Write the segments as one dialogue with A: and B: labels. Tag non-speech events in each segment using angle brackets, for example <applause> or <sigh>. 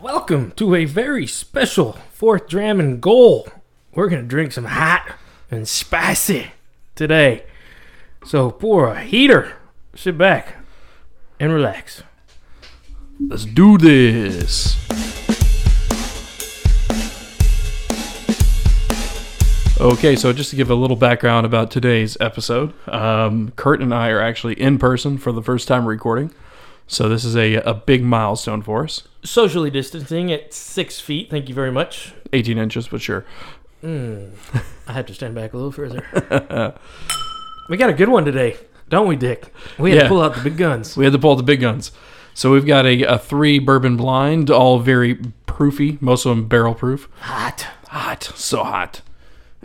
A: Welcome to a very special fourth dram and goal. We're gonna drink some hot and spicy today. So pour a heater, sit back, and relax.
B: Let's do this. Okay, so just to give a little background about today's episode, um, Kurt and I are actually in person for the first time recording. So this is a, a big milestone for us.
A: Socially distancing at six feet. Thank you very much.
B: 18 inches, but sure.
A: I had to stand back a little further. <laughs> we got a good one today, don't we, Dick? We had to
B: Yeah.
A: pull out the big guns.
B: We had to pull out the big guns. So we've got a, a three bourbon blind, all very proofy, most of them barrel proof.
A: Hot.
B: Hot, so hot.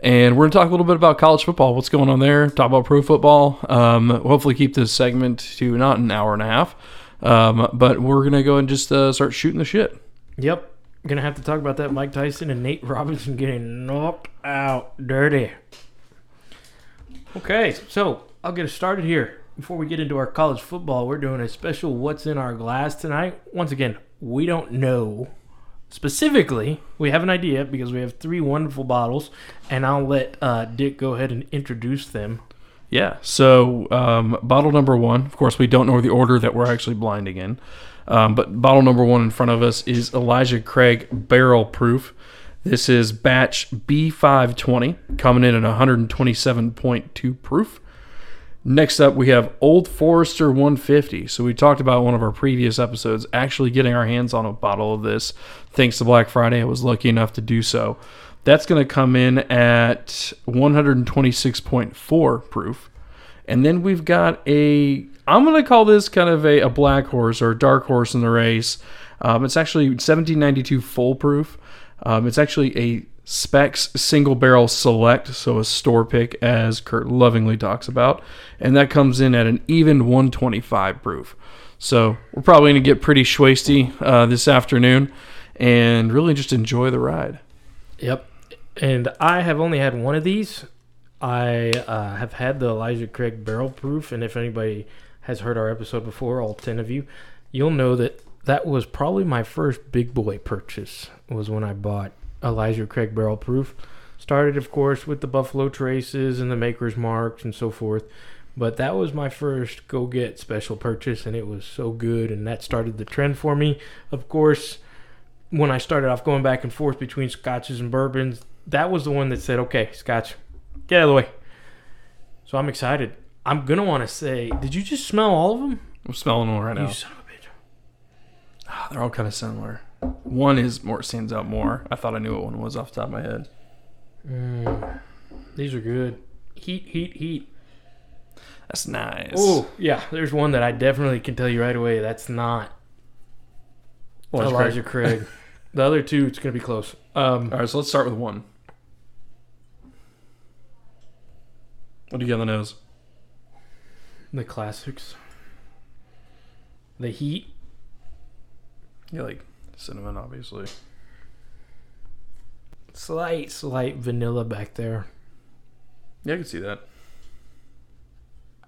B: And we're going to talk a little bit about college football, what's going on there, talk about pro football. Um, hopefully, keep this segment to not an hour and a half. Um, but we're going to go and just uh, start shooting the shit.
A: Yep. Gonna have to talk about that Mike Tyson and Nate Robinson getting knocked out dirty. Okay, so I'll get us started here. Before we get into our college football, we're doing a special What's in Our Glass tonight. Once again, we don't know specifically. We have an idea because we have three wonderful bottles, and I'll let uh, Dick go ahead and introduce them.
B: Yeah. So, um, bottle number one, of course, we don't know the order that we're actually blinding in. Um, but bottle number one in front of us is Elijah Craig Barrel Proof. This is batch B520, coming in at 127.2 proof. Next up, we have Old Forester 150. So, we talked about one of our previous episodes actually getting our hands on a bottle of this. Thanks to Black Friday, I was lucky enough to do so. That's going to come in at 126.4 proof. And then we've got a, I'm going to call this kind of a, a black horse or a dark horse in the race. Um, it's actually 1792 full proof. Um, it's actually a Specs single barrel select, so a store pick, as Kurt lovingly talks about. And that comes in at an even 125 proof. So we're probably going to get pretty schwasty uh, this afternoon and really just enjoy the ride.
A: Yep. And I have only had one of these. I uh, have had the Elijah Craig barrel proof, and if anybody has heard our episode before, all ten of you, you'll know that that was probably my first big boy purchase. Was when I bought Elijah Craig barrel proof. Started, of course, with the Buffalo Traces and the Maker's Marks and so forth, but that was my first go get special purchase, and it was so good, and that started the trend for me. Of course, when I started off going back and forth between scotches and bourbons, that was the one that said, okay, scotch, get out of the way. So I'm excited. I'm going to want to say, did you just smell all of them?
B: I'm smelling one right now.
A: You son of a bitch.
B: Ah, They're all kind of similar. One is more stands out more. I thought I knew what one was off the top of my head.
A: These are good. Heat, heat, heat.
B: That's nice.
A: Oh, yeah. There's one that I definitely can tell you right away. That's not Oh,
B: Elijah Craig.
A: Elijah Craig. <laughs> the other two, it's going to be close. Um,
B: All right, so let's start with one. What do you got on the nose?
A: the classics. The heat.
B: You like cinnamon, obviously.
A: Slight, slight vanilla back there.
B: Yeah, I can see that.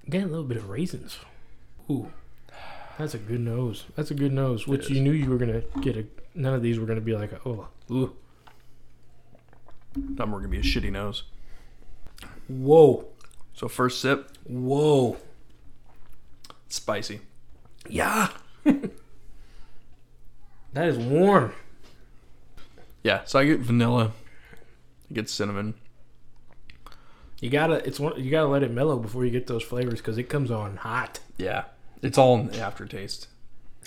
A: Getting a little bit of raisins. Ooh, that's a good nose. That's a good nose. Which
B: is.
A: you knew you were gonna get. A none of these were gonna be like, oh, ooh.
B: Number gonna be a shitty nose.
A: whoa,
B: So first sip,
A: whoa,
B: spicy.
A: yeah. <laughs> that is warm.
B: Yeah, so I get vanilla. I get cinnamon.
A: You gotta. It's one. You gotta let it mellow before you get those flavors because it comes on hot.
B: Yeah, it's all in the aftertaste.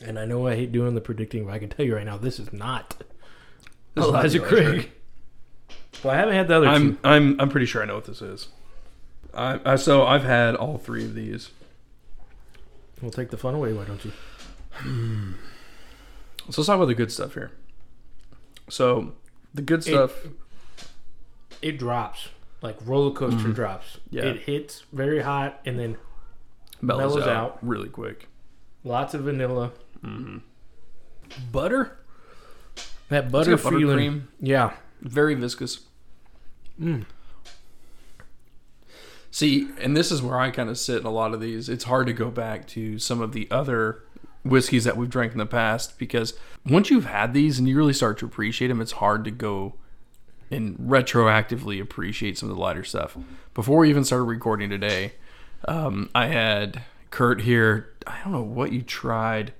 A: And I know I hate doing the predicting, but I can tell you right now, this is not
B: This is not
A: Elijah
B: the Elijah
A: Craig. Well, I haven't had the other <laughs> two.
B: I'm I'm I'm pretty sure I know what this is. I, I so I've had all three of these.
A: We'll take the fun away, why don't you?
B: So let's talk about the good stuff here. So the good stuff.
A: It drops like roller coaster drops.
B: Mm-hmm. Yeah.
A: It hits very hot and then
B: mellows,
A: Mellows
B: out,
A: out.
B: really quick.
A: Lots of vanilla. Butter? That
B: It's
A: butter
B: got
A: feeling.
B: buttercream,
A: Yeah.
B: very viscous. See, and this is where I kind of sit in a lot of these. It's hard to go back to some of the other whiskeys that we've drank in the past because once you've had these and you really start to appreciate them, it's hard to go and retroactively appreciate some of the lighter stuff. Before we even started recording today, um, I had Kurt here. I don't know what you tried.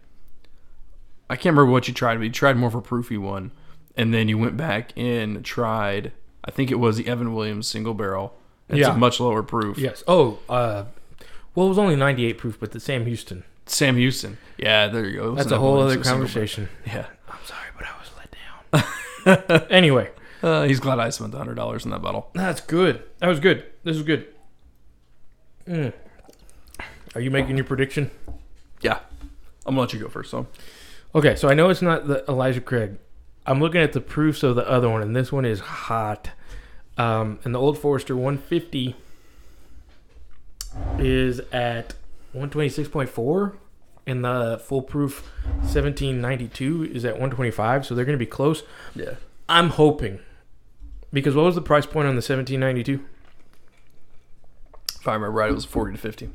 B: I can't remember what you tried, but you tried more of a proofy one. And then you went back and tried, I think it was the Evan Williams single barrel. It's
A: Yeah.
B: a much lower proof.
A: Yes. Oh, uh, well, it was only 98 proof, but the Sam Houston.
B: Sam Houston. Yeah, there you go.
A: That's
B: Listen
A: a
B: up,
A: whole
B: Williams,
A: other
B: a single barrel.
A: conversation.
B: Yeah.
A: I'm sorry, but I was let down. <laughs> anyway,
B: Uh, he's glad I spent hundred dollars in that bottle.
A: that's good. That was good. This is good. Mm. Are you making your prediction?
B: Yeah, I'm gonna let you go first. So
A: Okay, so I know it's not the Elijah Craig. I'm looking at the proofs of the other one, and this one is hot. Um, and the Old Forester 150 is at 126.4, and the foolproof 1792 is at 125. So they're going to be close.
B: yeah,
A: I'm hoping because what was the price point on the 1792?
B: if I remember right, it was forty to fifty.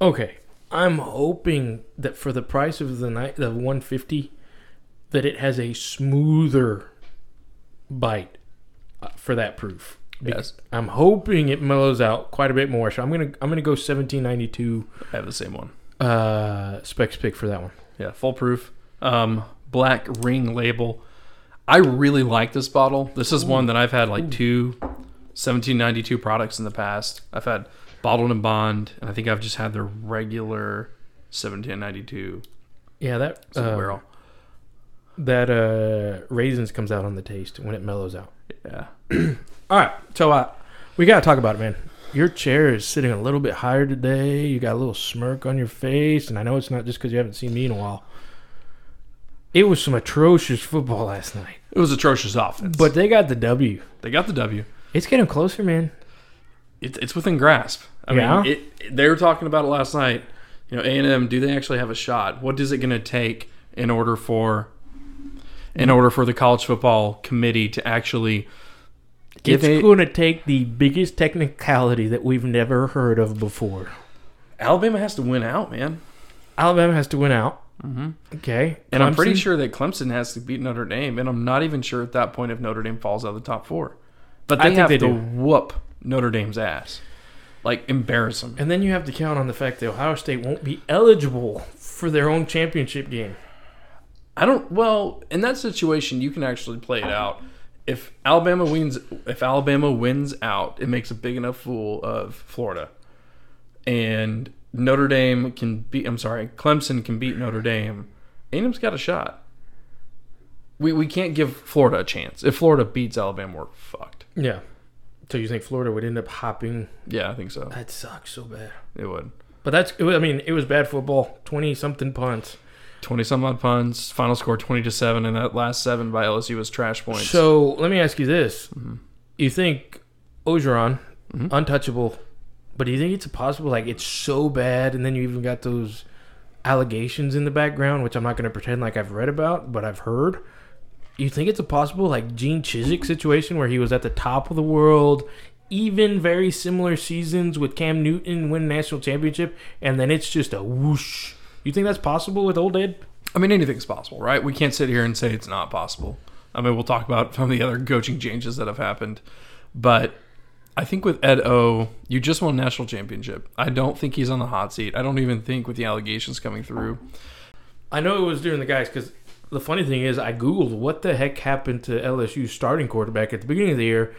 A: Okay, I'm hoping that for the price of the night, the 150, that it has a smoother bite uh, for that proof. Be-
B: Yes.
A: I'm hoping it mellows out quite a bit more. So I'm gonna I'm gonna go 1792
B: I have the same one.
A: uh, specs pick for that one.
B: Yeah, full proof. Um, black ring label. I really like this bottle. This is one that I've had like two 1792 products in the past. I've had bottled and bond, and I think I've just had the regular 1792
A: Yeah, that
B: single
A: uh,
B: barrel.
A: that uh, raisins comes out on the taste when it mellows out.
B: Yeah,
A: All right, so uh, we gotta talk about it, man. Your chair is sitting a little bit higher today. You got a little smirk on your face, and I know it's not just because you haven't seen me in a while. It was some atrocious football last night,
B: it was atrocious offense,
A: but they got the W.
B: they got the W.
A: It's getting closer, man.
B: It, it's within grasp. I
A: Yeah.
B: mean, it, it- they were talking about it last night. You know, A and M. Do they actually have a shot? What is it going to take in order for in order for the college football committee to actually give
A: It's
B: a,
A: going to take the biggest technicality that we've never heard of before.
B: Alabama has to win out, man?
A: Alabama has to win out. Mm-hmm. Okay,
B: And I'm pretty
A: Clemson-
B: sure that Clemson has to beat Notre Dame, and I'm not even sure at that point if Notre Dame falls out of the top four. But
A: I
B: they
A: think
B: have
A: they
B: to
A: do.
B: whoop Notre Dame's ass, like embarrass them.
A: And then you have to count on the fact that Ohio State won't be eligible for their own championship game.
B: I don't. Well, in that situation, you can actually play it out. If Alabama wins, if Alabama wins out, it makes a big enough fool of Florida, and Notre Dame can beat. I'm sorry, Clemson can beat Notre Dame. A&M's got a shot. We we can't give Florida a chance. If Florida beats Alabama, we're fucked.
A: Yeah. So you think Florida would end up hopping?
B: Yeah, I think so.
A: That sucks so bad.
B: It would.
A: But that's, it was, I mean, it was bad football. 20 something punts.
B: Twenty some odd punts. Final score twenty to seven, and that last seven by LSU was trash points.
A: So let me ask you this. You think Ogeron, untouchable, but do you think it's possible, like, it's so bad, and then you even got those allegations in the background, which I'm not going to pretend like I've read about, but I've heard. You think it's a possible, like, Gene Chiswick situation where he was at the top of the world, even very similar seasons with Cam Newton win national championship, and then it's just a whoosh. You think that's possible with old Ed?
B: I mean, anything's possible, right? We can't sit here and say it's not possible. I mean, we'll talk about <laughs> some of the other coaching changes that have happened, but I think with Ed O, you just won a national championship. I don't think he's on the hot seat. I don't even think with the allegations coming through.
A: I know it was during the guys because the funny thing is, I googled what the heck happened to LSU's starting quarterback at the beginning of the year,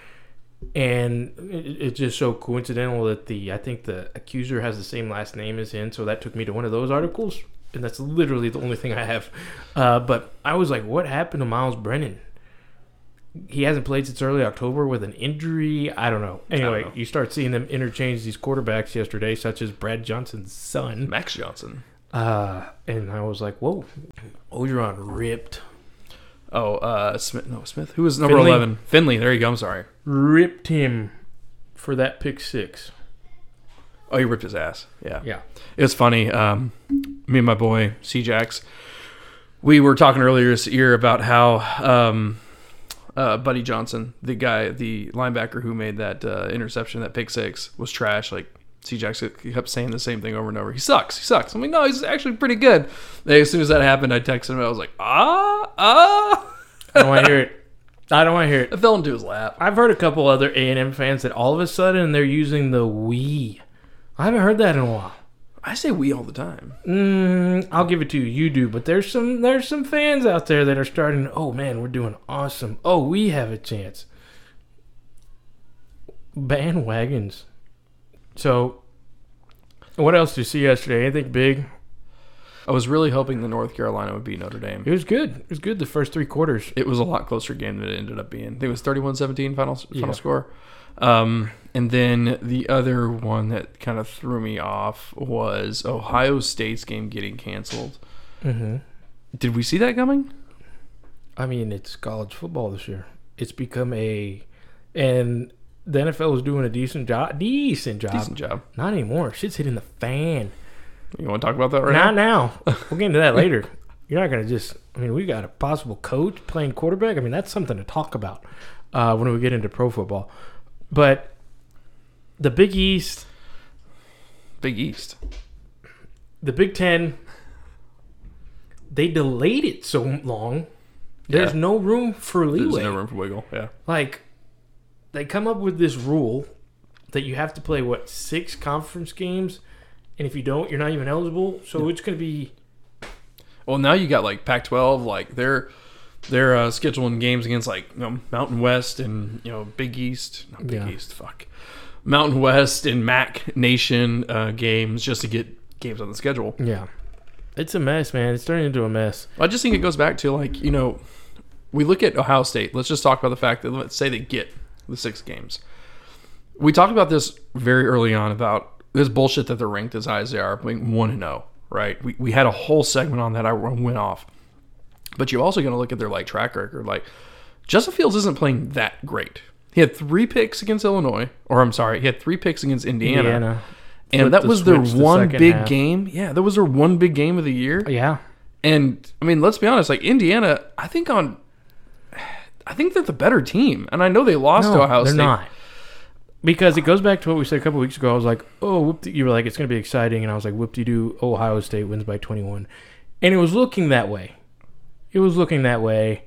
A: and it- it's just so coincidental that the I think the accuser has the same last name as him, so that took me to one of those articles, and that's literally the only thing I have. Uh, but I was like, what happened to Miles Brennan? He hasn't played since early October with an injury. I don't know. Anyway,
B: know.
A: you start seeing them interchange these quarterbacks yesterday, such as Brad Johnson's son.
B: Max Johnson.
A: Uh, and I was like, whoa, Ogeron ripped,
B: Oh, uh, Smith. No, Smith. Who was number
A: Finley?
B: 11? Finley. There you go. I'm sorry.
A: ripped him for that pick six.
B: Oh, he ripped his ass. Yeah.
A: Yeah.
B: It was funny. Um, me and my boy C Jax, we were talking earlier this year about how um, uh, Buddy Johnson, the guy, the linebacker who made that uh, interception, that pick six, was trash. Like C Jack kept saying the same thing over and over. He sucks. He sucks. I'm like, no, he's actually pretty good. And as soon as that happened, I texted him. I was like, ah, ah.
A: I don't want to hear it. I don't want to hear it.
B: I fell into his lap.
A: I've heard a couple other A and M fans that all of a sudden they're using the we. I haven't heard that in a while.
B: I say we all the time.
A: Mm, I'll give it to you. You do, but there's some there's some fans out there that are starting. Oh man, we're doing awesome. Oh, we have a chance. Bandwagons. So, what else did you see yesterday? Anything big?
B: I was really hoping the North Carolina would beat Notre Dame.
A: It was good. It was good. The first three quarters.
B: It was a lot closer game than it ended up being. I think it was 31-17 final final score. Um, and then the other one that kind of threw me off was Ohio State's game getting canceled.
A: Mm-hmm.
B: Did we see that coming?
A: I mean, it's college football this year. It's become a, and the NFL was doing a decent job. Decent job.
B: Decent job.
A: Not anymore. Shit's hitting the fan.
B: You want to talk about that right now?
A: Not now.
B: <laughs>
A: We'll get into that later. You're not going to just. I mean, we got a possible coach playing quarterback. I mean, that's something to talk about uh, when we get into pro football. But the Big East,
B: Big East.
A: the Big Ten, they delayed it so long. There's
B: Yeah.
A: no room for leeway.
B: There's no room for wiggle. Yeah.
A: like they come up with this rule that you have to play what six conference games and if you don't you're not even eligible so it's going to be
B: Well, now you got like Pac-12, like they're they're uh, scheduling games against like you know, Mountain West and you know Big East, not Big
A: Yeah.
B: East, fuck, Mountain West and MAC Nation uh, games just to get games on the schedule.
A: yeah it's a mess man it's turning into a mess
B: I just think it goes back to like you know we look at Ohio State. Let's just talk about the fact that let's say they get the six games. We talked about this very early on about this bullshit that they're ranked as high as they are, being one and zero. Right? We we had a whole segment on that. I went off, but you're also going to look at their like track record. Like Justin Fields isn't playing that great. He had three picks against Illinois, or I'm sorry, he had three picks against Indiana,
A: Indiana.
B: and that
A: the
B: was their
A: switch the
B: one
A: second
B: big
A: half.
B: game. Yeah, that was their one big game of the year.
A: yeah
B: And I mean, let's be honest, like Indiana, I think on I think they're the better team. And I know they lost to
A: no
B: Ohio
A: they're
B: State.
A: not because it goes back to what we said a couple weeks ago i was like oh whoop you were like it's going to be exciting and i was like whoop de doo ohio state wins by 21 and it was looking that way it was looking that way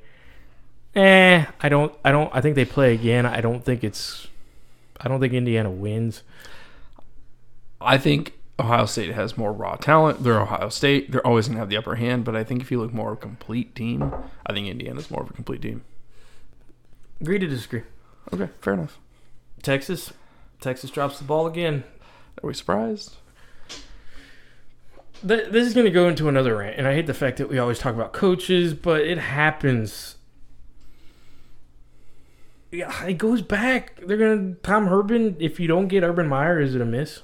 A: eh i don't i don't i think they play again i don't think it's i don't think indiana wins
B: I think Ohio State has more raw talent. They're Ohio State. They're always gonna have the upper hand, but I think if you look more of a complete team, I think Indiana's more of a complete team.
A: agree to disagree
B: Okay, fair enough.
A: texas texas drops the ball again
B: Are we surprised?
A: Th- this is going to go into another rant, and I hate the fact that we always talk about coaches, but it happens. Yeah, it goes back. They're going to Tom Herman. If you don't get Urban Meyer, is it a miss?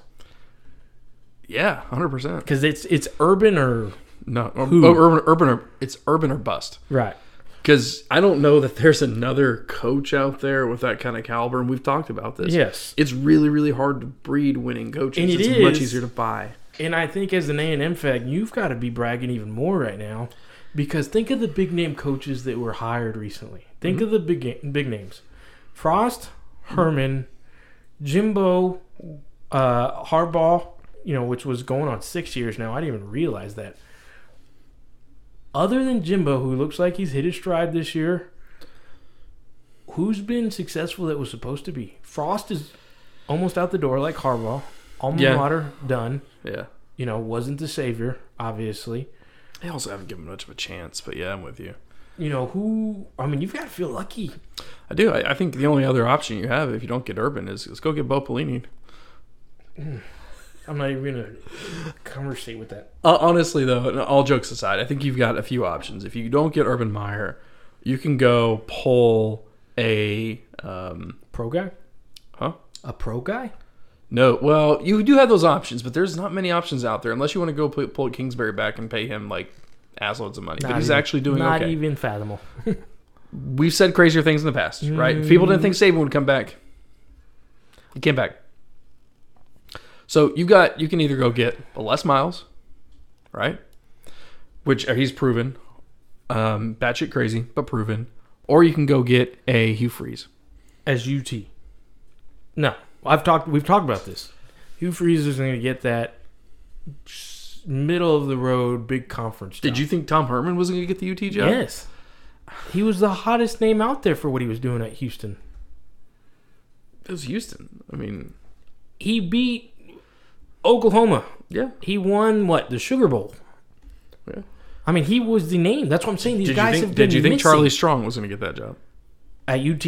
B: Yeah, hundred percent.
A: Because it's it's Urban or
B: No,
A: Who?
B: oh, urban, urban, or, it's urban or bust.
A: right.
B: Because I don't know that there's another coach out there with that kind of caliber, and we've talked about this.
A: Yes,
B: it's really really hard to breed winning coaches.
A: And it
B: it's much
A: is.
B: easier to buy.
A: and I think as an A and M fan, you've got to be bragging even more right now, because think of the big name coaches that were hired recently. Think of the big big names: Frost, Herman, Jimbo, uh, Harbaugh. You know, which was going on six years now. I didn't even realize that. Other than Jimbo, who looks like he's hit his stride this year, who's been successful that was supposed to be? Frost is almost out the door, like Harbaugh. Alma
B: Yeah.
A: mater done
B: Yeah.
A: you know, wasn't the savior, obviously.
B: They also haven't given much of a chance, but yeah, I'm with you.
A: You know, who, I mean, you've got to feel lucky.
B: I do. I, I think the only other option you have if you don't get Urban is, is go get Bo Pelini.
A: I'm not even going to conversate with that.
B: Uh, honestly, though, and all jokes aside, I think you've got a few options. If you don't get Urban Meyer, you can go pull a. Um,
A: Pro guy?
B: Huh?
A: A pro guy?
B: no, well, you do have those options, but there's not many options out there unless you want to go pull, pull Kingsbury back and pay him like assloads of money. but
A: Not
B: he's
A: even-
B: actually doing
A: Not
B: okay.
A: even fathomable.
B: We've said crazier things in the past, right? If People didn't think
A: Mm.
B: Saban would come back. He came back. So you got you can either go get a Les Miles, right? Which uh, he's proven, um, batshit crazy but proven, or you can go get a Hugh Freeze.
A: As UT. No. I've talked, we've talked about this. Hugh Freeze is going to get that s- middle of the road big conference.
B: Did
A: job.
B: you think Tom Herman was going to get the UT job?
A: Yes. He was the hottest name out there for what he was doing at Houston.
B: It was Houston. I mean,
A: He beat Oklahoma.
B: yeah.
A: He won what? The Sugar Bowl.
B: yeah.
A: I mean, he was the name. That's what I'm saying. These
B: Did you
A: guys
B: think?
A: have been
B: Did you think
A: missing
B: Charlie Strong was going to get that job?
A: at UT.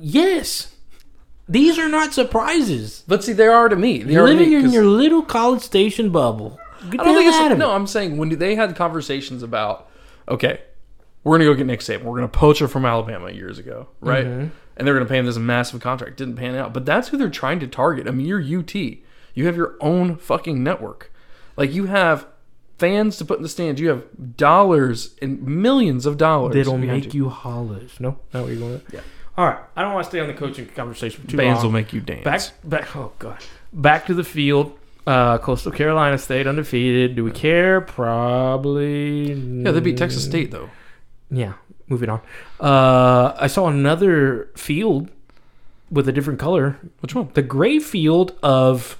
A: Yes. These are not surprises.
B: But see, they are to me. They are to
A: Living
B: me,
A: in
B: 'cause
A: your little college station bubble. Get
B: I don't
A: the
B: think
A: hell out
B: it's
A: of
B: no.
A: it.
B: I'm saying when they had conversations about, okay, we're gonna go get Nick Saban. We're gonna poach her from Alabama years ago, right? And they're gonna pay him this massive contract. Didn't pan out, but that's who they're trying to target. I mean, you're UT. You have your own fucking network. Like you have fans to put in the stands. You have dollars and millions of dollars.
A: That'll
B: behind
A: make you hollers. No, not what you're going to.
B: Yeah.
A: All right. I don't want to stay on the coaching conversation for too
B: Bands
A: long.
B: will make you dance.
A: Back, back. Oh god. Back to the field. Uh, Coastal Carolina State undefeated. Do we care? Probably.
B: yeah, they beat Texas State though.
A: Yeah. Moving on. Uh, I saw another field with a different color.
B: Which one?
A: The gray field of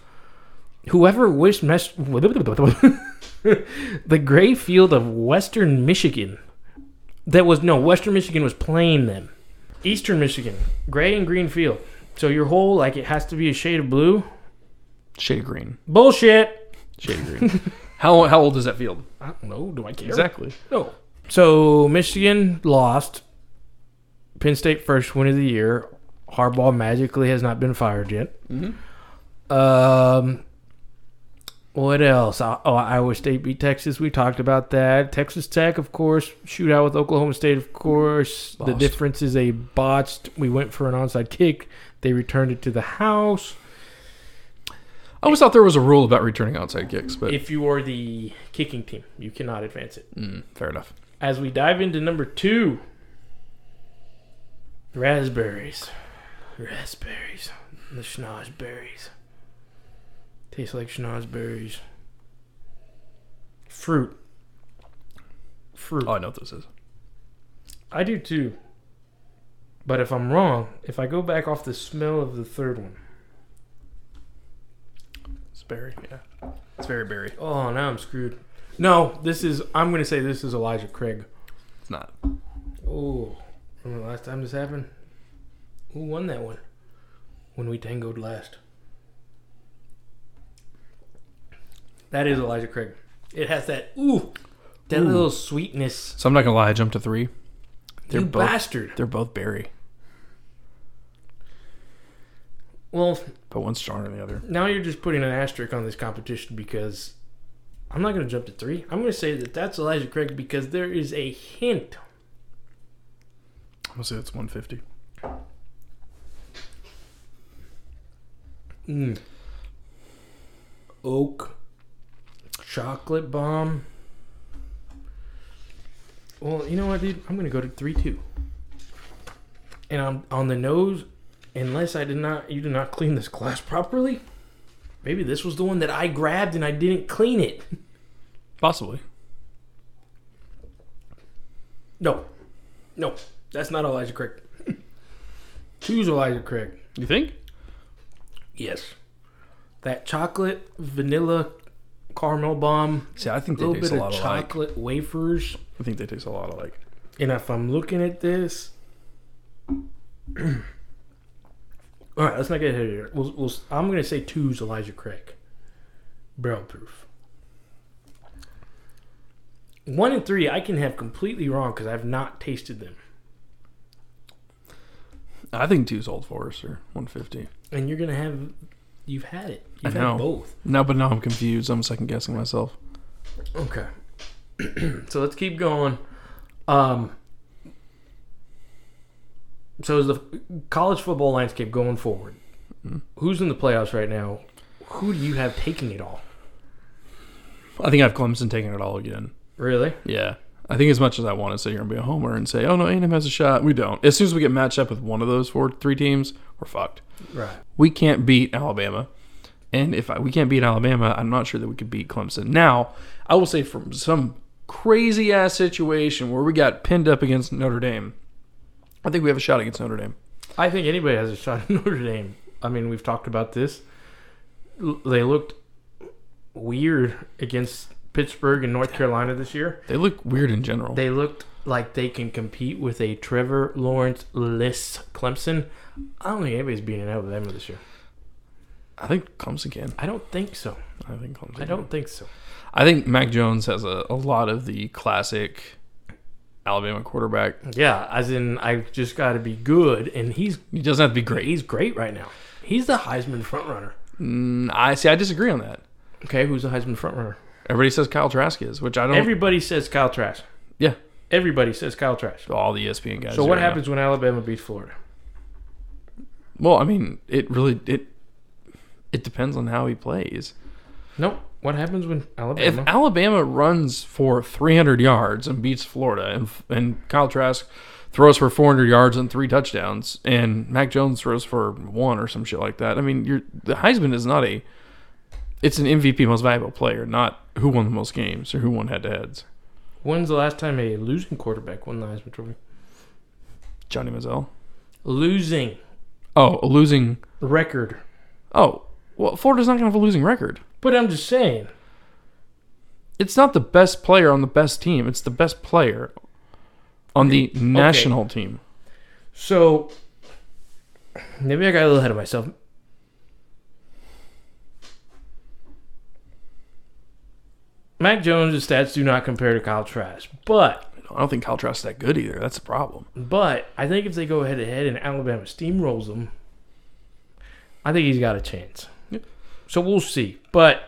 A: whoever wished mess. <laughs> the gray field of Western Michigan. That was no Western Michigan was playing them. Eastern Michigan, gray and green field. So your whole like it has to be a shade of blue.
B: Shade of green.
A: Bullshit.
B: Shade of green. <laughs> how how old is that field?
A: I don't know. Do I care?
B: Exactly.
A: No. So Michigan lost. Penn State first win of the year. Harbaugh magically has not been fired yet.
B: Mm-hmm.
A: Um, what else? Uh, Oh, Iowa State beat Texas. We talked about that. Texas Tech, of course, shootout with Oklahoma State, of course. The
B: Lost.
A: difference is a botched. We went for an onside kick. They returned it to the house.
B: I always thought there was a rule about returning outside kicks, but
A: If you are the kicking team, you cannot advance it.
B: mm, fair enough.
A: as we dive into number two raspberries raspberries the schnozberries tastes like schnozberries fruit fruit
B: Oh, I know what this is.
A: i do too but if i'm wrong if i go back off the smell of the third one
B: It's berry. Yeah, it's very berry.
A: oh now i'm screwed no this is i'm gonna say this is elijah craig
B: It's not.
A: Oh, remember the last time this happened? Who won that one? When we tangoed last. That is Elijah Craig. It has that ooh, that
B: Ooh.
A: little sweetness.
B: So I'm not gonna lie. I jumped to three. They're
A: you
B: both.
A: bastard.
B: They're both berry,
A: Well,
B: but one's stronger than the other.
A: now you're just putting an asterisk on this competition because I'm not going to jump to three. I'm going to say that that's Elijah Craig because there is a hint.
B: I'm gonna say it's 150.
A: Mm. Oak, chocolate bomb. Well, you know what, dude? I'm gonna go to three two. And I'm on the nose. Unless I did not, you did not clean this glass properly. Maybe this was the one that I grabbed and I didn't clean it. <laughs>
B: Possibly.
A: No, no, that's not Elijah Craig. <laughs> Choose Elijah Craig.
B: You think?
A: Yes, that chocolate vanilla caramel bomb.
B: See, I think
A: a
B: they
A: little
B: taste
A: bit
B: a lot
A: of
B: alike.
A: chocolate wafers.
B: I think they taste a lot alike.
A: And if I'm looking at this, <clears throat> all right, let's not get ahead of here. We'll, we'll, I'm going to say two's Elijah Craig, barrel proof. One and three, I can have completely wrong because I've not tasted them.
B: I think two's Old Forester 150.
A: And you're going to have, you've had it. You've
B: know.
A: had both.
B: No, but now I'm confused. I'm second guessing myself.
A: Okay. <clears throat> so let's keep going. Um, so is the college football landscape going forward? Who's in the playoffs right now? Who do you have taking it all?
B: I think I have Clemson taking it all again.
A: Really?
B: Yeah. I think as much as I want to sit here and be a homer and say, "Oh no, A&M has a shot," we don't. As soon as we get matched up with one of those four, three teams, we're fucked.
A: Right.
B: we can't beat Alabama. And if I, we can't beat Alabama, I'm not sure that we could beat Clemson. Now, I will say from some crazy ass situation where we got pinned up against Notre Dame, I think we have a shot against Notre Dame.
A: <laughs> I think anybody has a shot in Notre Dame. I mean, we've talked about this. they looked weird against Pittsburgh and North Carolina this year.
B: They look weird in general.
A: They looked like they can compete with a Trevor Lawrence less Clemson. I don't think anybody's beating Alabama this year.
B: I think Clemson can.
A: I don't think so.
B: I think Clemson.
A: I don't think so.
B: Can. I think Mac Jones has a, a lot of the classic Alabama quarterback.
A: Yeah, as in I just got to be good, and he's
B: He doesn't have to be great.
A: he's great right now. He's the Heisman front runner.
B: Mm, I see. I disagree on that.
A: Okay, who's the Heisman front runner?
B: Everybody says Kyle Trask is, which I don't.
A: Everybody says Kyle Trask.
B: yeah,
A: Everybody says Kyle Trask.
B: all the E ESPN guys.
A: So
B: do
A: what
B: right now.
A: happens when Alabama beats Florida?
B: Well, I mean, it really it it depends on how he plays.
A: No, what happens when
B: If
A: Alabama?
B: Alabama runs for 300 yards and beats Florida, and and Kyle Trask throws for 400 yards and three touchdowns, and Mac Jones throws for one or some shit like that, I mean, you're, the Heisman is not a it's an MVP most valuable player, not who won the most games or who won head to heads.
A: When's the last time a losing quarterback won the Heisman Trophy?
B: Johnny Manziel.
A: Losing
B: Oh, a losing.
A: record.
B: Oh, well, Florida's not going to have a losing record.
A: But I'm just saying.
B: It's not the best player on the best team. It's the best player on the national team.
A: So maybe I got a little ahead of myself. Mac Jones' stats do not compare to Kyle Trask, but
B: I don't think Kyle Trask's that good either. That's the problem.
A: but I think if they go head to head and Alabama steamrolls them, I think he's got a chance.
B: Yep.
A: So we'll see. But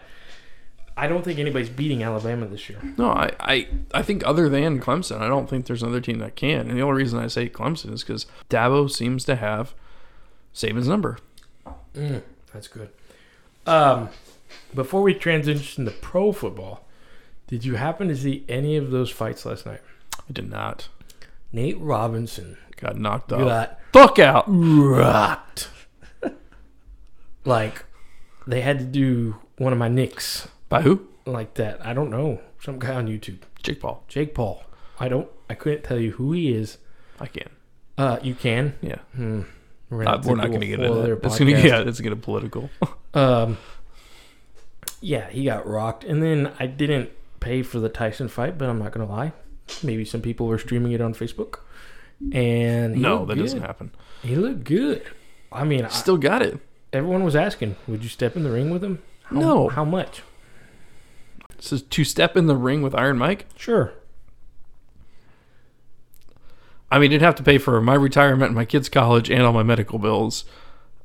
A: I don't think anybody's beating Alabama this year.
B: No, I, I, I think other than Clemson, I don't think there's another team that can. And the only reason I say Clemson is because Dabo seems to have Saban's number.
A: Mm, that's good. Um, before we transition to pro football, did you happen to see any of those fights last night?
B: I did not.
A: Nate Robinson
B: Got knocked off.
A: got
B: Fuck out.
A: rocked. <laughs> like they had to do one of my nicks
B: By who?
A: like that. I don't know. Some guy on YouTube.
B: Jake Paul.
A: Jake Paul. I don't I couldn't tell you who he is.
B: I can.
A: Uh you can.
B: Yeah.
A: Hmm. We're,
B: Uh, we're not going to get into that. It's gonna, yeah, it's going to get political. <laughs>
A: Um, yeah, he got rocked. And then I didn't pay for the Tyson fight, but I'm not going to lie. Maybe some people were streaming it on Facebook. And he
B: no,
A: looked
B: that
A: good.
B: doesn't happen.
A: He looked good. I mean, I-
B: Still got it.
A: everyone was asking, would you step in the ring with him? How,
B: No.
A: How much?
B: This is two step in the ring with Iron Mike.
A: Sure.
B: I mean, you'd have to pay for my retirement, my kids' college, and all my medical bills.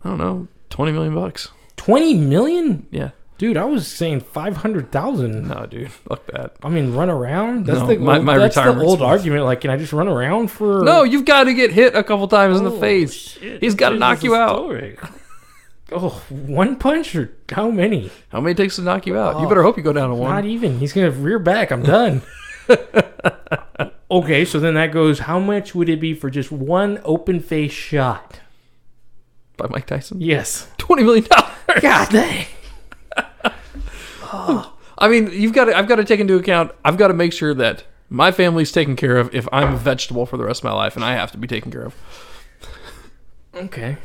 B: I don't know, twenty million bucks.
A: 20 million?
B: Yeah,
A: Dude, I was saying 500,000.
B: no, dude, fuck that.
A: I mean, run around? That's
B: No,
A: the
B: my-
A: old,
B: my
A: that's the
B: retirement's
A: old
B: fine.
A: argument. Like, can I just run around for.
B: No, you've got to get hit a couple times in the
A: Oh,
B: face.
A: shit.
B: He's gotta
A: This
B: knock
A: is
B: you out.
A: historic. <laughs> Oh, one punch or how many?
B: How many takes to knock you out?
A: Oh,
B: you better hope you go down to
A: Not
B: one.
A: even. He's gonna rear back. I'm
B: <laughs>
A: done. okay, so then that goes. How much would it be for just one open face shot?
B: By Mike Tyson,
A: Yes.
B: twenty million dollars.
A: God dang.
B: I mean, you've got to. I've got to take into account. I've got to make sure that my family's taken care of. If I'm a vegetable for the rest of my life, and I have to be taken care of.
A: Okay.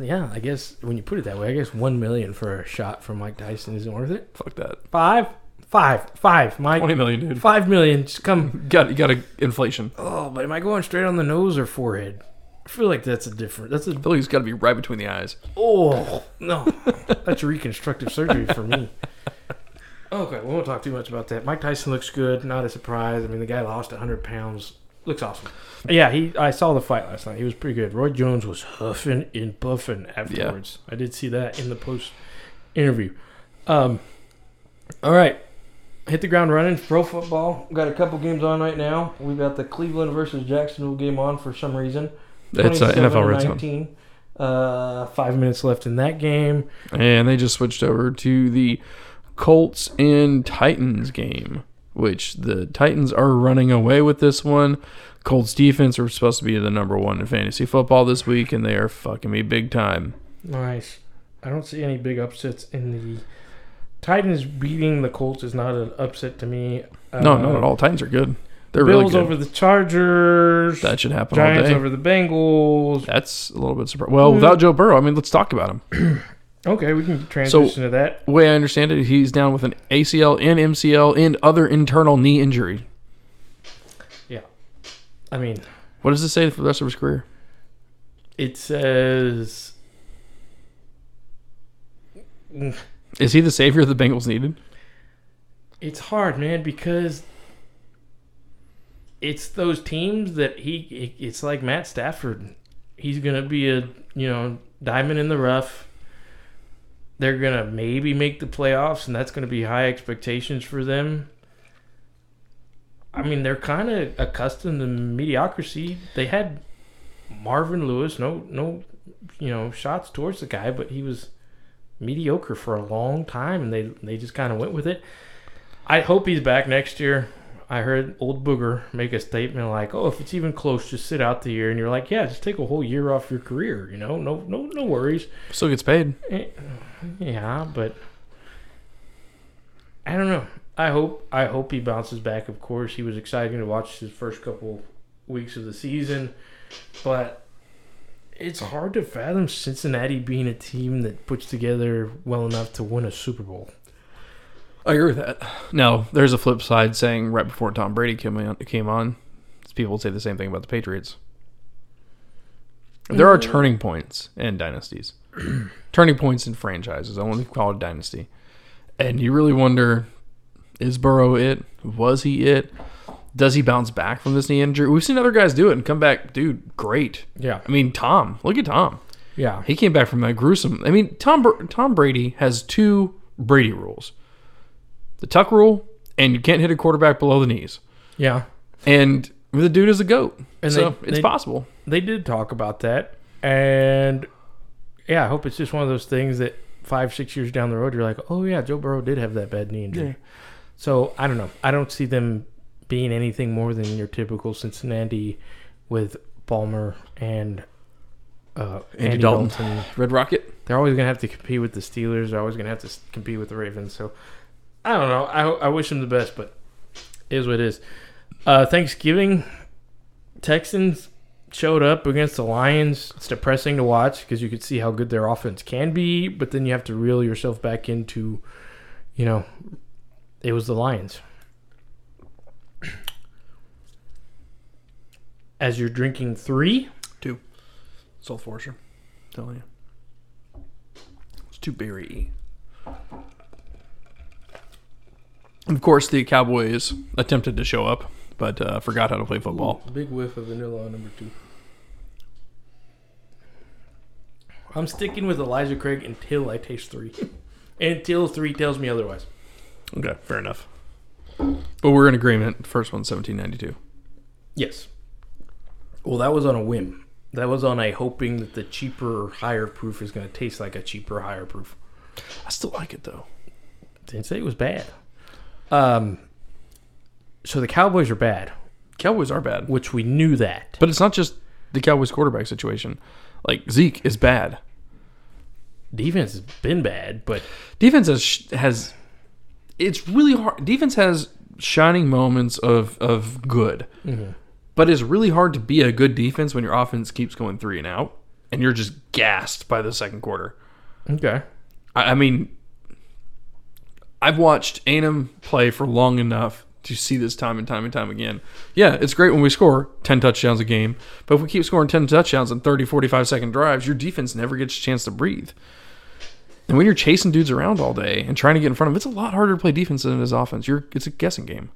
A: Yeah, I guess when you put it that way, I guess one million for a shot from Mike Tyson isn't worth it.
B: Fuck that.
A: Five, five, five. Mike,
B: Twenty million, dude.
A: five million. Just come.
B: Got you. Got to inflation.
A: Oh, but am I going straight on the nose or forehead? I feel like that's a different. That's a
B: Billy's got to be right between the eyes.
A: Oh <laughs> no, that's reconstructive surgery for me. Okay, we won't talk too much about that. Mike Tyson looks good. Not a surprise. I mean, the guy lost 100 pounds. Looks awesome. Yeah, he. I saw the fight last night. He was pretty good. Roy Jones was huffing and puffing afterwards. I did see that in the post interview. Um, all right, hit the ground running. Pro football. We've got a couple games on right now. We've got the Cleveland versus Jacksonville game on for some reason.
B: It's uh,
A: 27 to
B: NFL red zone.
A: 19. Uh, five minutes left in that game.
B: And they just switched over to the Colts and Titans game, which the Titans are running away with this one. Colts defense are supposed to be the number one in fantasy football this week, and they are fucking me big time.
A: Nice. I don't see any big upsets in the Titans beating the Colts is not an upset to me. Uh,
B: No, not at all. Titans are good. They're really
A: Bills
B: good.
A: over the Chargers.
B: that should happen all
A: Giants
B: day.
A: over the Bengals.
B: That's a little bit surprising. Well,
A: Mm.
B: without Joe Burrow, I mean, let's talk about him.
A: Okay, we can transition to that.
B: Way I understand it, he's down with an ACL and MCL and other internal knee injury.
A: I mean,
B: What does this say for the rest of his career?
A: it says
B: Is he the savior the Bengals needed?
A: it's hard, man, because it's those teams that he. It's like Matt Stafford. He's gonna be a you know diamond in the rough. They're gonna maybe make the playoffs, and that's gonna be high expectations for them. I mean, they're kind of accustomed to mediocrity. They had Marvin Lewis, no, no, you know, shots towards the guy, but he was mediocre for a long time, and they they just kind of went with it. I hope he's back next year. I heard old Booger make a statement like, "Oh, if it's even close, just sit out the year." And you're like, "Yeah, just take a whole year off your career. You know, no, no, no worries."
B: Still gets paid.
A: Eh, Yeah, but I don't know. I hope I hope he bounces back. Of course, he was exciting to watch his first couple weeks of the season, but it's hard to fathom Cincinnati being a team that puts together well enough to win a Super Bowl.
B: I agree with that. Now, there's a flip side saying right before Tom Brady came on, came on people say the same thing about the Patriots. There are turning points in <clears throat> dynasties, turning points in franchises. I want to call it dynasty. And you really wonder is Burrow it? Was he it? Does he bounce back from this knee injury? We've seen other guys do it and come back, dude, great.
A: Yeah,
B: I mean, Tom, look at Tom.
A: yeah.
B: He came back from that gruesome. I mean, Tom Br- Tom Brady has two Brady rules: the tuck rule, and you can't hit a quarterback below the knees.
A: Yeah.
B: And the dude is a goat,
A: And
B: so
A: they-
B: it's
A: they-
B: possible.
A: They did talk about that. And yeah, I hope it's just one of those things that five, six years down the road, you're like, oh, yeah, Joe Burrow did have that bad knee injury.
B: Yeah.
A: So I don't know. I don't see them being anything more than your typical Cincinnati with Palmer and uh,
B: Andy
A: Andy,
B: Dalton.
A: Dalton.
B: Red Rocket.
A: They're always going to have to compete with the Steelers. They're always going to have to s- compete with the Ravens. So I don't know. I, I wish them the best, but it is what it is. Uh, Thanksgiving, Texans showed up against the Lions. It's depressing to watch because you could see how good their offense can be, but then you have to reel yourself back into, you know, it was the Lions. As you're drinking three,
B: Soul Forcer. Telling you, it's too berry. Of course, the Cowboys attempted to show up, but uh, forgot how to play football.
C: Big whiff of vanilla on number two.
A: I'm sticking with Elijah Craig until I taste three. <laughs> until three tells me otherwise.
B: Okay, fair enough. But we're in agreement. First one, 1792.
A: Yes. Well, that was on a whim. That was on a hoping that the cheaper, higher proof is going to taste like a cheaper, higher proof.
B: I still like it though.
A: Didn't say it was bad. Um, so the Cowboys are bad,
B: Cowboys are bad.
A: which we knew that.
B: But it's not just the Cowboys quarterback situation. Like Zeke is bad.
A: Defense has been bad, but
B: Defense has sh- has it's really hard. Defense has shining moments of of good. But it's really hard to be a good defense when your offense keeps going 3 and out and you're just gassed by the second quarter.
A: okay.
B: I, I mean, I've watched Anum play for long enough to see this time and time and time again. Yeah, it's great when we score 10 touchdowns a game, but if we keep scoring 10 touchdowns in 30, 45 second drives, your defense never gets a chance to breathe. And when you're chasing dudes around all day and trying to get in front of them, it's a lot harder to play defense than it is offense. You're, it's a guessing game.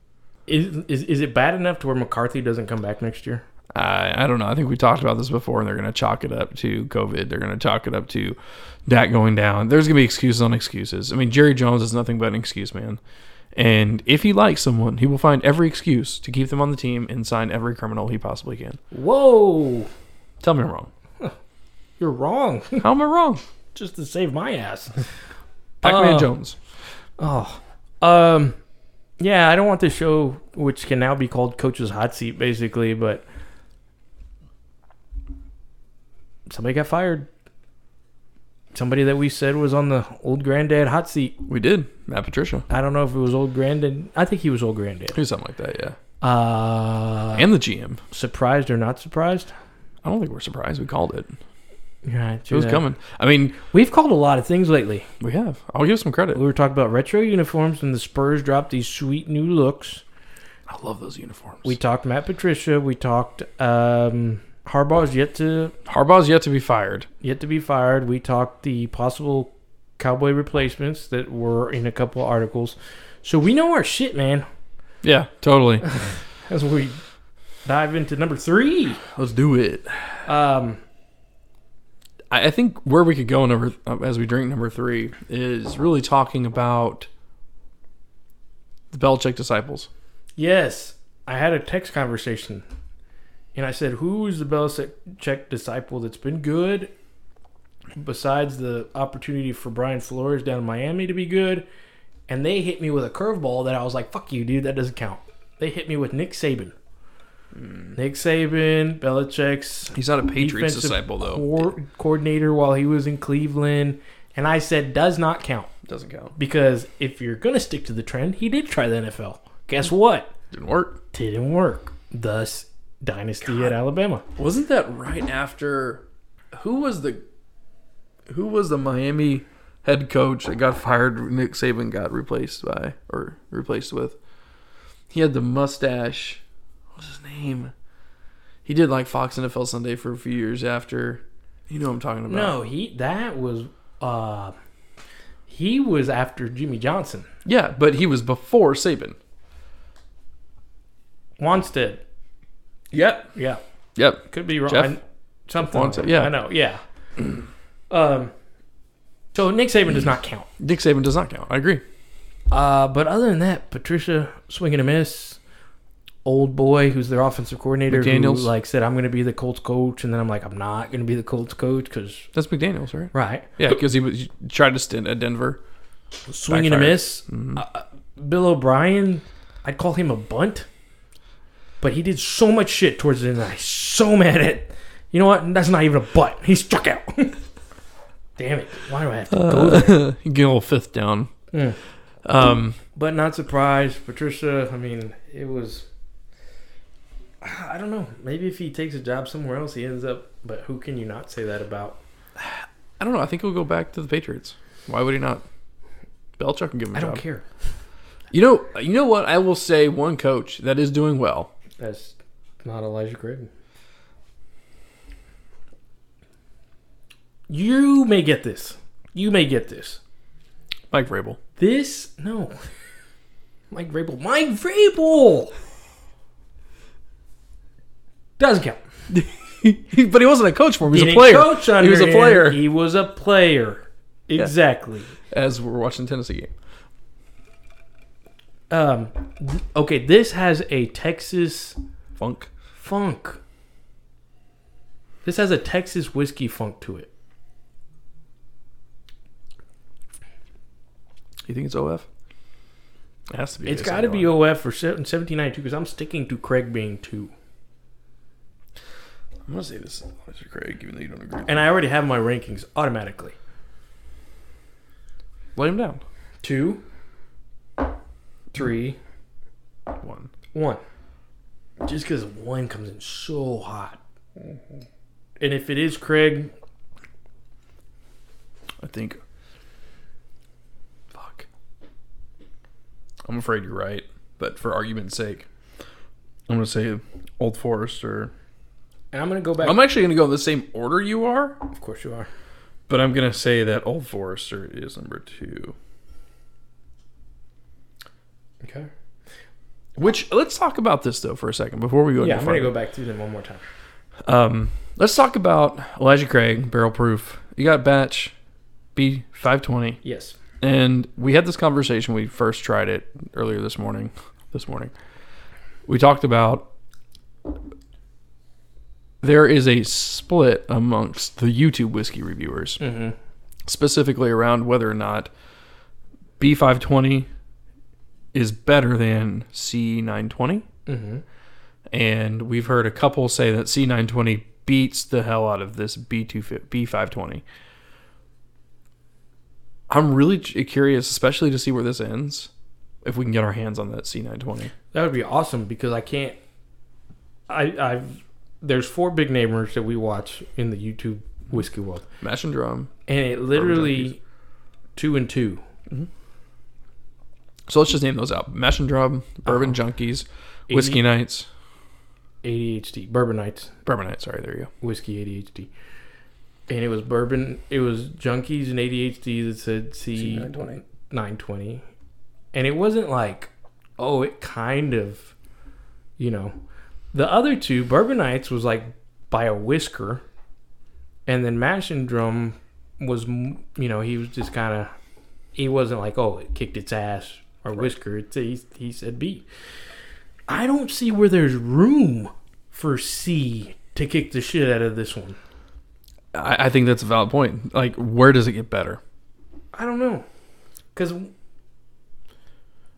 A: Is, is is it bad enough to where McCarthy doesn't come back next year?
B: I, I don't know. I think we talked about this before, and they're going to chalk it up to COVID. They're going to chalk it up to Dak going down. There's going to be excuses on excuses. I mean, Jerry Jones is nothing but an excuse man. And if he likes someone, he will find every excuse to keep them on the team and sign every criminal he possibly can.
A: Whoa,
B: Tell me I'm wrong.
A: you're wrong. <laughs>
B: How am I wrong?
A: Just to save my ass.
B: Pac Man
A: Oh.
B: Jones.
A: Oh, um, yeah. I don't want this show, which can now be called Coach's Hot Seat, basically. But somebody got fired. Somebody that we said was on the old granddad hot seat.
B: We did. Matt Patricia.
A: I don't know if it was old granddad. I think he was old granddad.
B: Do something like that, yeah.
A: Uh,
B: and the GM.
A: surprised or not surprised?
B: I don't think we're surprised. We called it.
A: You're right.
B: It
A: true
B: was
A: that.
B: coming. I mean,
A: We've called a lot of things lately.
B: we have. I'll give some credit.
A: We were talking about retro uniforms, and the Spurs dropped these sweet new looks.
B: I love those uniforms.
A: We talked Matt Patricia. We talked um, Harbaugh's yet to
B: Harbaugh's yet to be fired.
A: yet to be fired. We talked the possible Cowboy replacements that were in a couple of articles. So we know our shit, man.
B: Yeah, totally.
A: As we dive into number three,
B: Let's do it.
A: um,
B: I, I think where we could go number uh, as we drink number three is really talking about the Belichick disciples.
A: yes, I had a text conversation, and I said, "Who's the Belichick disciple that's been good?" Besides the opportunity for Brian Flores down in Miami to be good, and they hit me with a curveball that I was like, "Fuck you, dude, that doesn't count." They hit me with Nick Saban, Nick Saban, Belichick's
B: He's not a Patriots
A: defensive
B: disciple though.
A: coor- coordinator while he was in Cleveland, and I said does not count
B: Doesn't count.
A: because if you're gonna stick to the trend, he did try the NFL. Guess what?
B: Didn't work.
A: Didn't work. Thus, dynasty at Alabama.
B: Wasn't that right after? Who was the? Who was the Miami head coach that got fired? Nick Saban got replaced by or replaced with. He had the mustache. What's his name? He did like Fox NFL Sunday for a few years after. You know what I'm talking about?
A: No, he that was uh, he was after Jimmy Johnson.
B: Yeah, but he was before Saban.
A: Wanstead.
B: Yep.
A: Yeah,
B: Yep.
A: could be wrong.
B: Jeff?
A: I- something.
B: Wanstead,
A: yeah,
B: yeah.
A: I know. Yeah. um. So Nick Saban does not count.
B: Nick Saban does not count. I agree.
A: Uh, but other than that, Patricia swinging a miss. Old boy, who's their offensive coordinator, who
B: McDaniels.
A: like said, "I'm going to be the Colts coach," and then I'm like, "I'm not going to be the Colts coach," because
B: That's McDaniel's, right?
A: right,
B: Yeah, because he, was, he tried to stint at Denver.
A: swinging a
B: Backfired.
A: miss. Uh, uh, Bill O'Brien, I'd call him a bunt, but he did so much shit towards the end. that I'm so mad at. You know what? That's not even a butt. He struck out. <laughs> Damn it! Why do I have to go there?
B: <laughs> He get a little fifth down.
A: Mm.
B: Um,
A: But not surprised, Patricia. I mean, it was. I don't know. Maybe if he takes a job somewhere else, he ends up. But who can you not say that about?
B: I don't know. I think he'll go back to the Patriots. Why would he not? Belichick can give him a
A: I don't
B: job.
A: care.
B: You know, you know what? I will say one coach that is doing well.
A: That's not Elijah Craig. You may get this. You may get this.
B: Mike Vrabel. <laughs>
A: This no. <laughs> Mike Vrabel. Mike Vrabel doesn't count.
B: but he wasn't a coach for him. He was a
A: Didn't
B: player.
A: coach
B: he
A: under
B: was a
A: him.
B: player.
A: He was a player. Exactly.
B: As we're watching the Tennessee game.
A: Um, th- okay, this has a Texas
B: Funk.
A: funk. This has a Texas whiskey funk to it.
B: You think it's OF? It has to be.
A: It's got to be OF for se- 1792 because I'm sticking to Craig being two.
B: I'm gonna say this, Mr. Craig, even though you don't agree.
A: And I already have my rankings automatically.
B: Lay him down.
A: Two, three,
B: One.
A: one. Just because one comes in so hot. Mm-hmm. And if it is Craig,
B: I think. Fuck. I'm afraid you're right, but for argument's sake, I'm gonna say Old Forester.
A: and I'm going to go back.
B: I'm actually gonna go in the same order you are,
A: of course you are.
B: but I'm gonna say that Old Forester is number two.
A: Okay.
B: Which let's talk about this though for a second before we go.
A: Yeah,
B: any
A: I'm going to go
B: farther.
A: back to them one more time.
B: Um, let's talk about Elijah Craig, barrel proof. You got batch B five twenty,
A: Yes.
B: and we had this conversation. We first tried it earlier this morning. This morning, we talked about there is a split amongst the YouTube whiskey reviewers,
A: Mm-hmm.
B: specifically around whether or not B five twenty is better than C nine twenty
A: Mm-hmm.
B: and we've heard a couple say that C920 beats the hell out of this B2 B520. I'm really cu- curious, especially to see where this ends, if we can get our hands on that C920.
A: That would be awesome because I can't. I I've there's four big neighbors that we watch in the YouTube Whiskey World,
B: Mash and drum.
A: and it literally two and two.
B: So let's just name those out: Mash and Drum, Bourbon Junkies, Whiskey Nights,
A: ADHD, Bourbon Nights,
B: Bourbon Nights. Sorry, there you go.
A: Whiskey ADHD, and it was bourbon. It was junkies and ADHD that said C
C: C920.
A: nine twenty, and it wasn't like, oh, it kind of, you know, the other two Bourbon Nights was like by a whisker, and then Mash and Drum was, m- you know, he was just kind of, he wasn't like, oh, it kicked its ass or whisker. It's he, he said B. I don't see where there's room for C to kick the shit out of this one.
B: I, I think that's a valid point. Like, where does it get better?
A: I don't know, because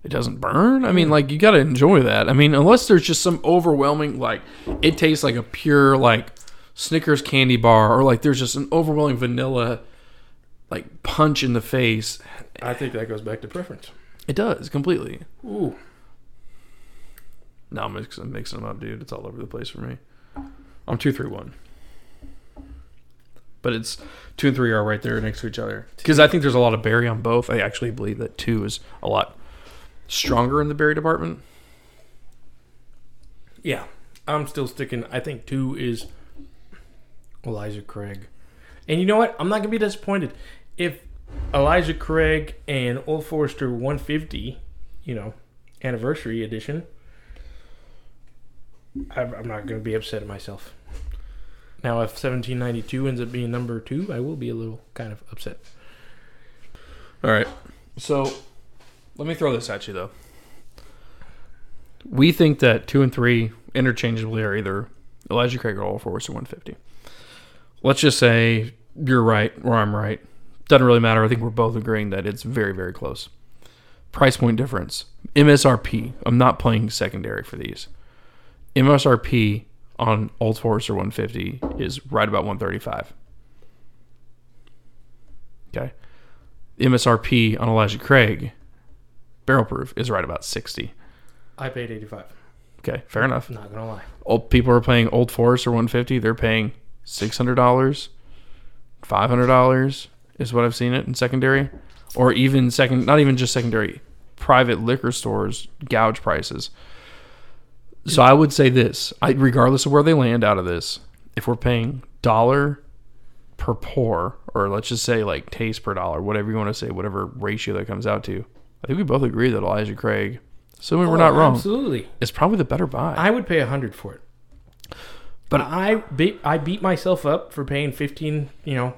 B: It doesn't burn. I mean, like you got to enjoy that. I mean, unless there's just some overwhelming, like it tastes like a pure like Snickers candy bar, or like there's just an overwhelming vanilla like punch in the face.
A: I think that goes back to preference.
B: It does completely.
A: Ooh,
B: No, I'm mixing, mixing them up, dude. It's all over the place for me. I'm two, three, one. But it's two and three are right there next to each other because I think there's a lot of berry on both. I actually believe that two is a lot stronger in the berry department.
A: Yeah, I'm still sticking. I think two is Elijah Craig, and you know what? I'm not gonna be disappointed if Elijah Craig and Old Forester 150, you know, anniversary edition. I'm I'm not gonna be upset at myself. Now, if 1792 ends up being number two, I will be a little kind of upset.
B: All right. So let me throw this at you though. We think that two and three interchangeably are either Elijah Craig or All Force or 150. Let's just say you're right or I'm right. Doesn't really matter. I think we're both agreeing that it's very, very close. Price point difference. MSRP. I'm not playing secondary for these. MSRP on Old Forester 150 is right about 135. Okay. MSRP on Elijah Craig, barrel proof, is right about 60.
A: I paid 85.
B: Okay, fair enough.
A: Not gonna lie.
B: Old people are paying Old Forester 150, they're paying $600, $500 is what I've seen it in secondary or even second not even just secondary private liquor stores gouge prices. So I would say this, I regardless of where they land out of this, if we're paying dollar per pour, or let's just say like taste per dollar, whatever you want to say, whatever ratio that comes out to, I think we both agree that Elijah Craig, assuming we're not wrong,
A: Absolutely.
B: is probably the better buy.
A: Oh, I would pay a hundred for it.
B: But-
A: But I beat I beat myself up for paying fifteen, you know,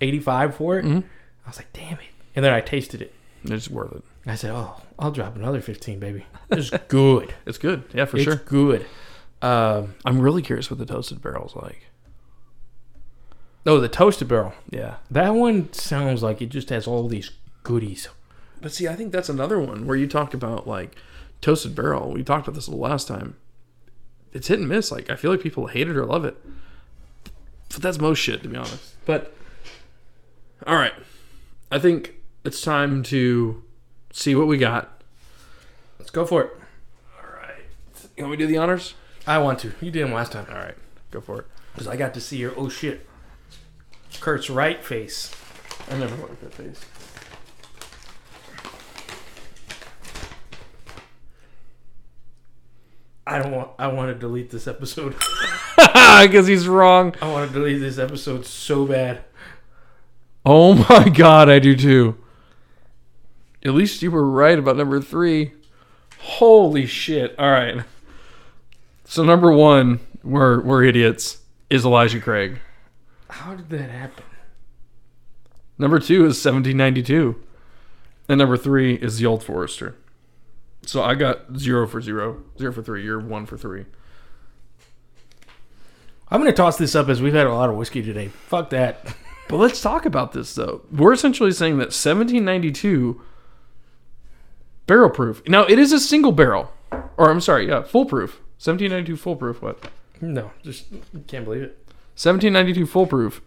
A: eighty five for it. I was like, damn it! And then I tasted it.
B: It's worth it.
A: I said, oh, I'll drop another fifteen, baby. It's good.
B: It's good. Yeah, for
A: it's
B: sure.
A: good. Um,
B: I'm really curious what the toasted barrel's like.
A: oh, the toasted barrel.
B: Yeah.
A: That one sounds like it just has all these goodies.
B: But see, I think that's another one where you talked about like toasted barrel. We talked about this the last time. It's hit and miss. Like I feel like people hate it or love it. But that's most shit, to be honest. But all right, I think it's time to see what we got.
A: Let's go for it.
B: All right, can we do the honors?
A: I want to. You did them last time
B: All right, go <laughs> for it.
A: because I got to see your oh shit, Kurt's right face.
B: I never liked that face.
A: I don't want. I want to delete this episode. <laughs>
B: Because he's wrong.
A: I want to delete this episode so bad.
B: Oh <laughs> my god, I do too. At least you were right about number three. Holy shit. All right. So number one, we're we're idiots, is Elijah Craig.
A: How did that happen?
B: Number two is 1792. And number three is the Old Forester. So I got zero for zero, zero for three. You're one for three.
A: I'm gonna toss this up as we've had a lot of whiskey today. Fuck that.
B: But let's talk about this though. We're essentially saying that 1792 barrel proof. Now it is a single barrel, or I'm sorry, yeah, full proof. 1792 full proof. What?
A: No, just can't believe it.
B: 1792 full proof.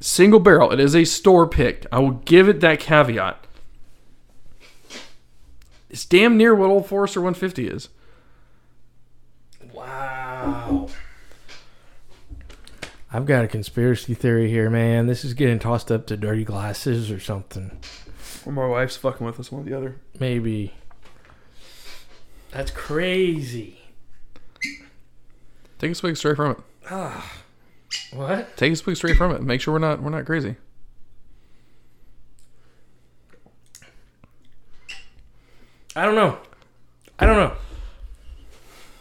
B: Single barrel. It is a store picked. I will give it that caveat. It's damn near what Old Forester 150 is.
A: Wow. I I've got a conspiracy theory here, man. This is getting tossed up to dirty glasses or something.
B: Or my wife's fucking with us, one or the other.
A: Maybe. That's crazy.
B: Take a swig straight from it.
A: What?
B: Take a swig straight from it. Make sure we're not we're not crazy.
A: I don't know. I don't know.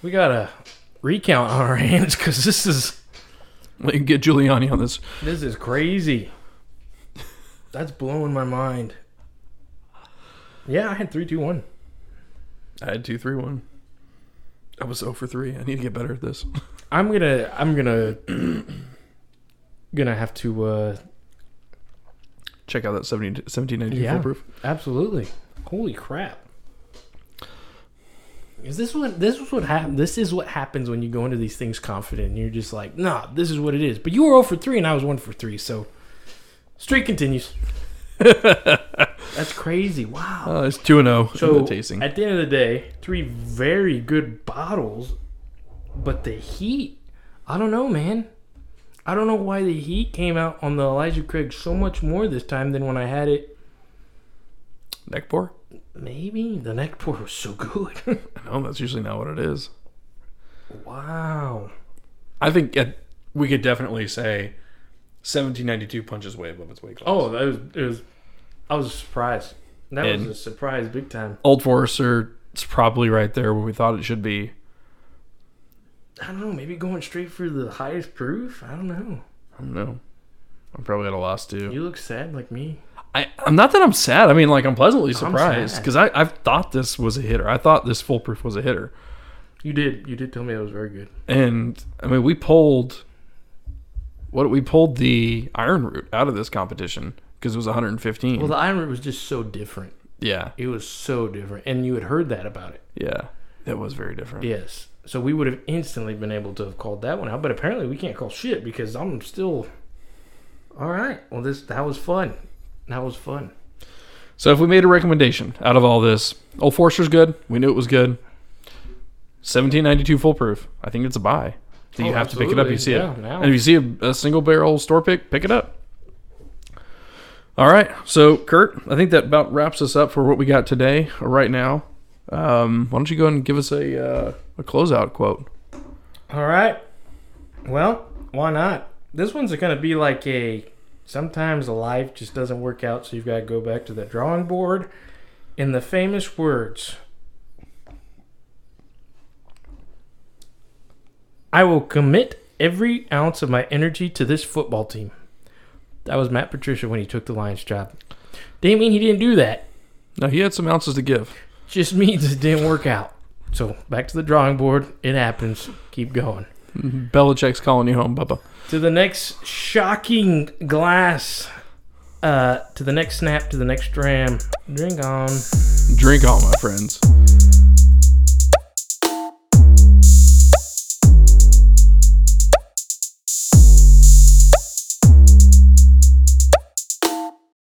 A: We got a recount on our <laughs> hands because this is
B: Let you get Giuliani on this.
A: this is crazy. That's blowing my mind. Yeah, I had three, two, one.
B: I had two, three, one. I was 0 for three. I need to get better at this. <laughs>
A: I'm gonna I'm gonna gonna have to uh
B: Check out that 70, 1792
A: Yeah.
B: foolproof.
A: absolutely. Holy crap. Is this what this is what happen this is what happens when you go into these things confident and you're just like, nah, this is what it is. But you were 0 for three and I was one for three, so streak continues. <laughs> That's crazy. Wow.
B: Uh, it's two and zero in
A: So
B: the tasting.
A: at the end of the day, three very good bottles, but the heat, I don't know, man. I don't know why the heat came out on the Elijah Craig so much more this time than when I had it.
B: Neck pour?
A: Maybe the neck pour was so good. <laughs>
B: No, that's usually not what it is.
A: wow.
B: I think uh we could definitely say 1792 punches way above its weight class.
A: Oh, that was it was. I was surprised. That
B: And-
A: was a surprise, big time.
B: Old Forester is probably right there where we thought it should be.
A: I don't know. Maybe going straight for the highest proof. I don't know.
B: I don't know. I'm probably at a loss too.
A: You look sad like me.
B: I, I'm not that I'm sad. I mean, like I'm pleasantly surprised
A: sad.
B: because I I've thought this was a hitter. I thought this foolproof was a hitter,
A: You did. You did tell me that was very good.
B: and I mean we pulled what we pulled the iron root out of this competition because it was 115.
A: Well, the Iron Root was just so different.
B: yeah,
A: It was so different, and you had heard that about it.
B: yeah, that was very different.
A: Yes. So we would have instantly been able to have called that one out, but apparently we can't call shit because I'm still. All right. Well, this that was fun. That was fun.
B: So if we made a recommendation out of all this, Old Forster's good. We knew it was good. 1792 foolproof. I think it's a buy. So you
A: Oh,
B: have to pick it up. You see
A: absolutely.
B: it.
A: Yeah, now.
B: And if you see a, a single barrel store pick, pick it up. All right. So Kurt, I think that about wraps us up for what we got today or right now. Um, why don't you go ahead and give us a uh, a closeout quote?
A: All right. Well, why not? This one's going to be like a. Sometimes life just doesn't work out, so you've got to go back to the drawing board. In the famous words, I will commit every ounce of my energy to this football team. That was Matt Patricia when he took the Lions job. Didn't mean he didn't do that
B: Now he had some ounces to give.
A: just means it didn't work out. So back to the drawing board. It happens. Keep going.
B: Belichick's calling you home, Bubba.
A: To the next shocking glass. Uh, to the next snap. To the next dram. Drink on.
B: Drink on, my friends.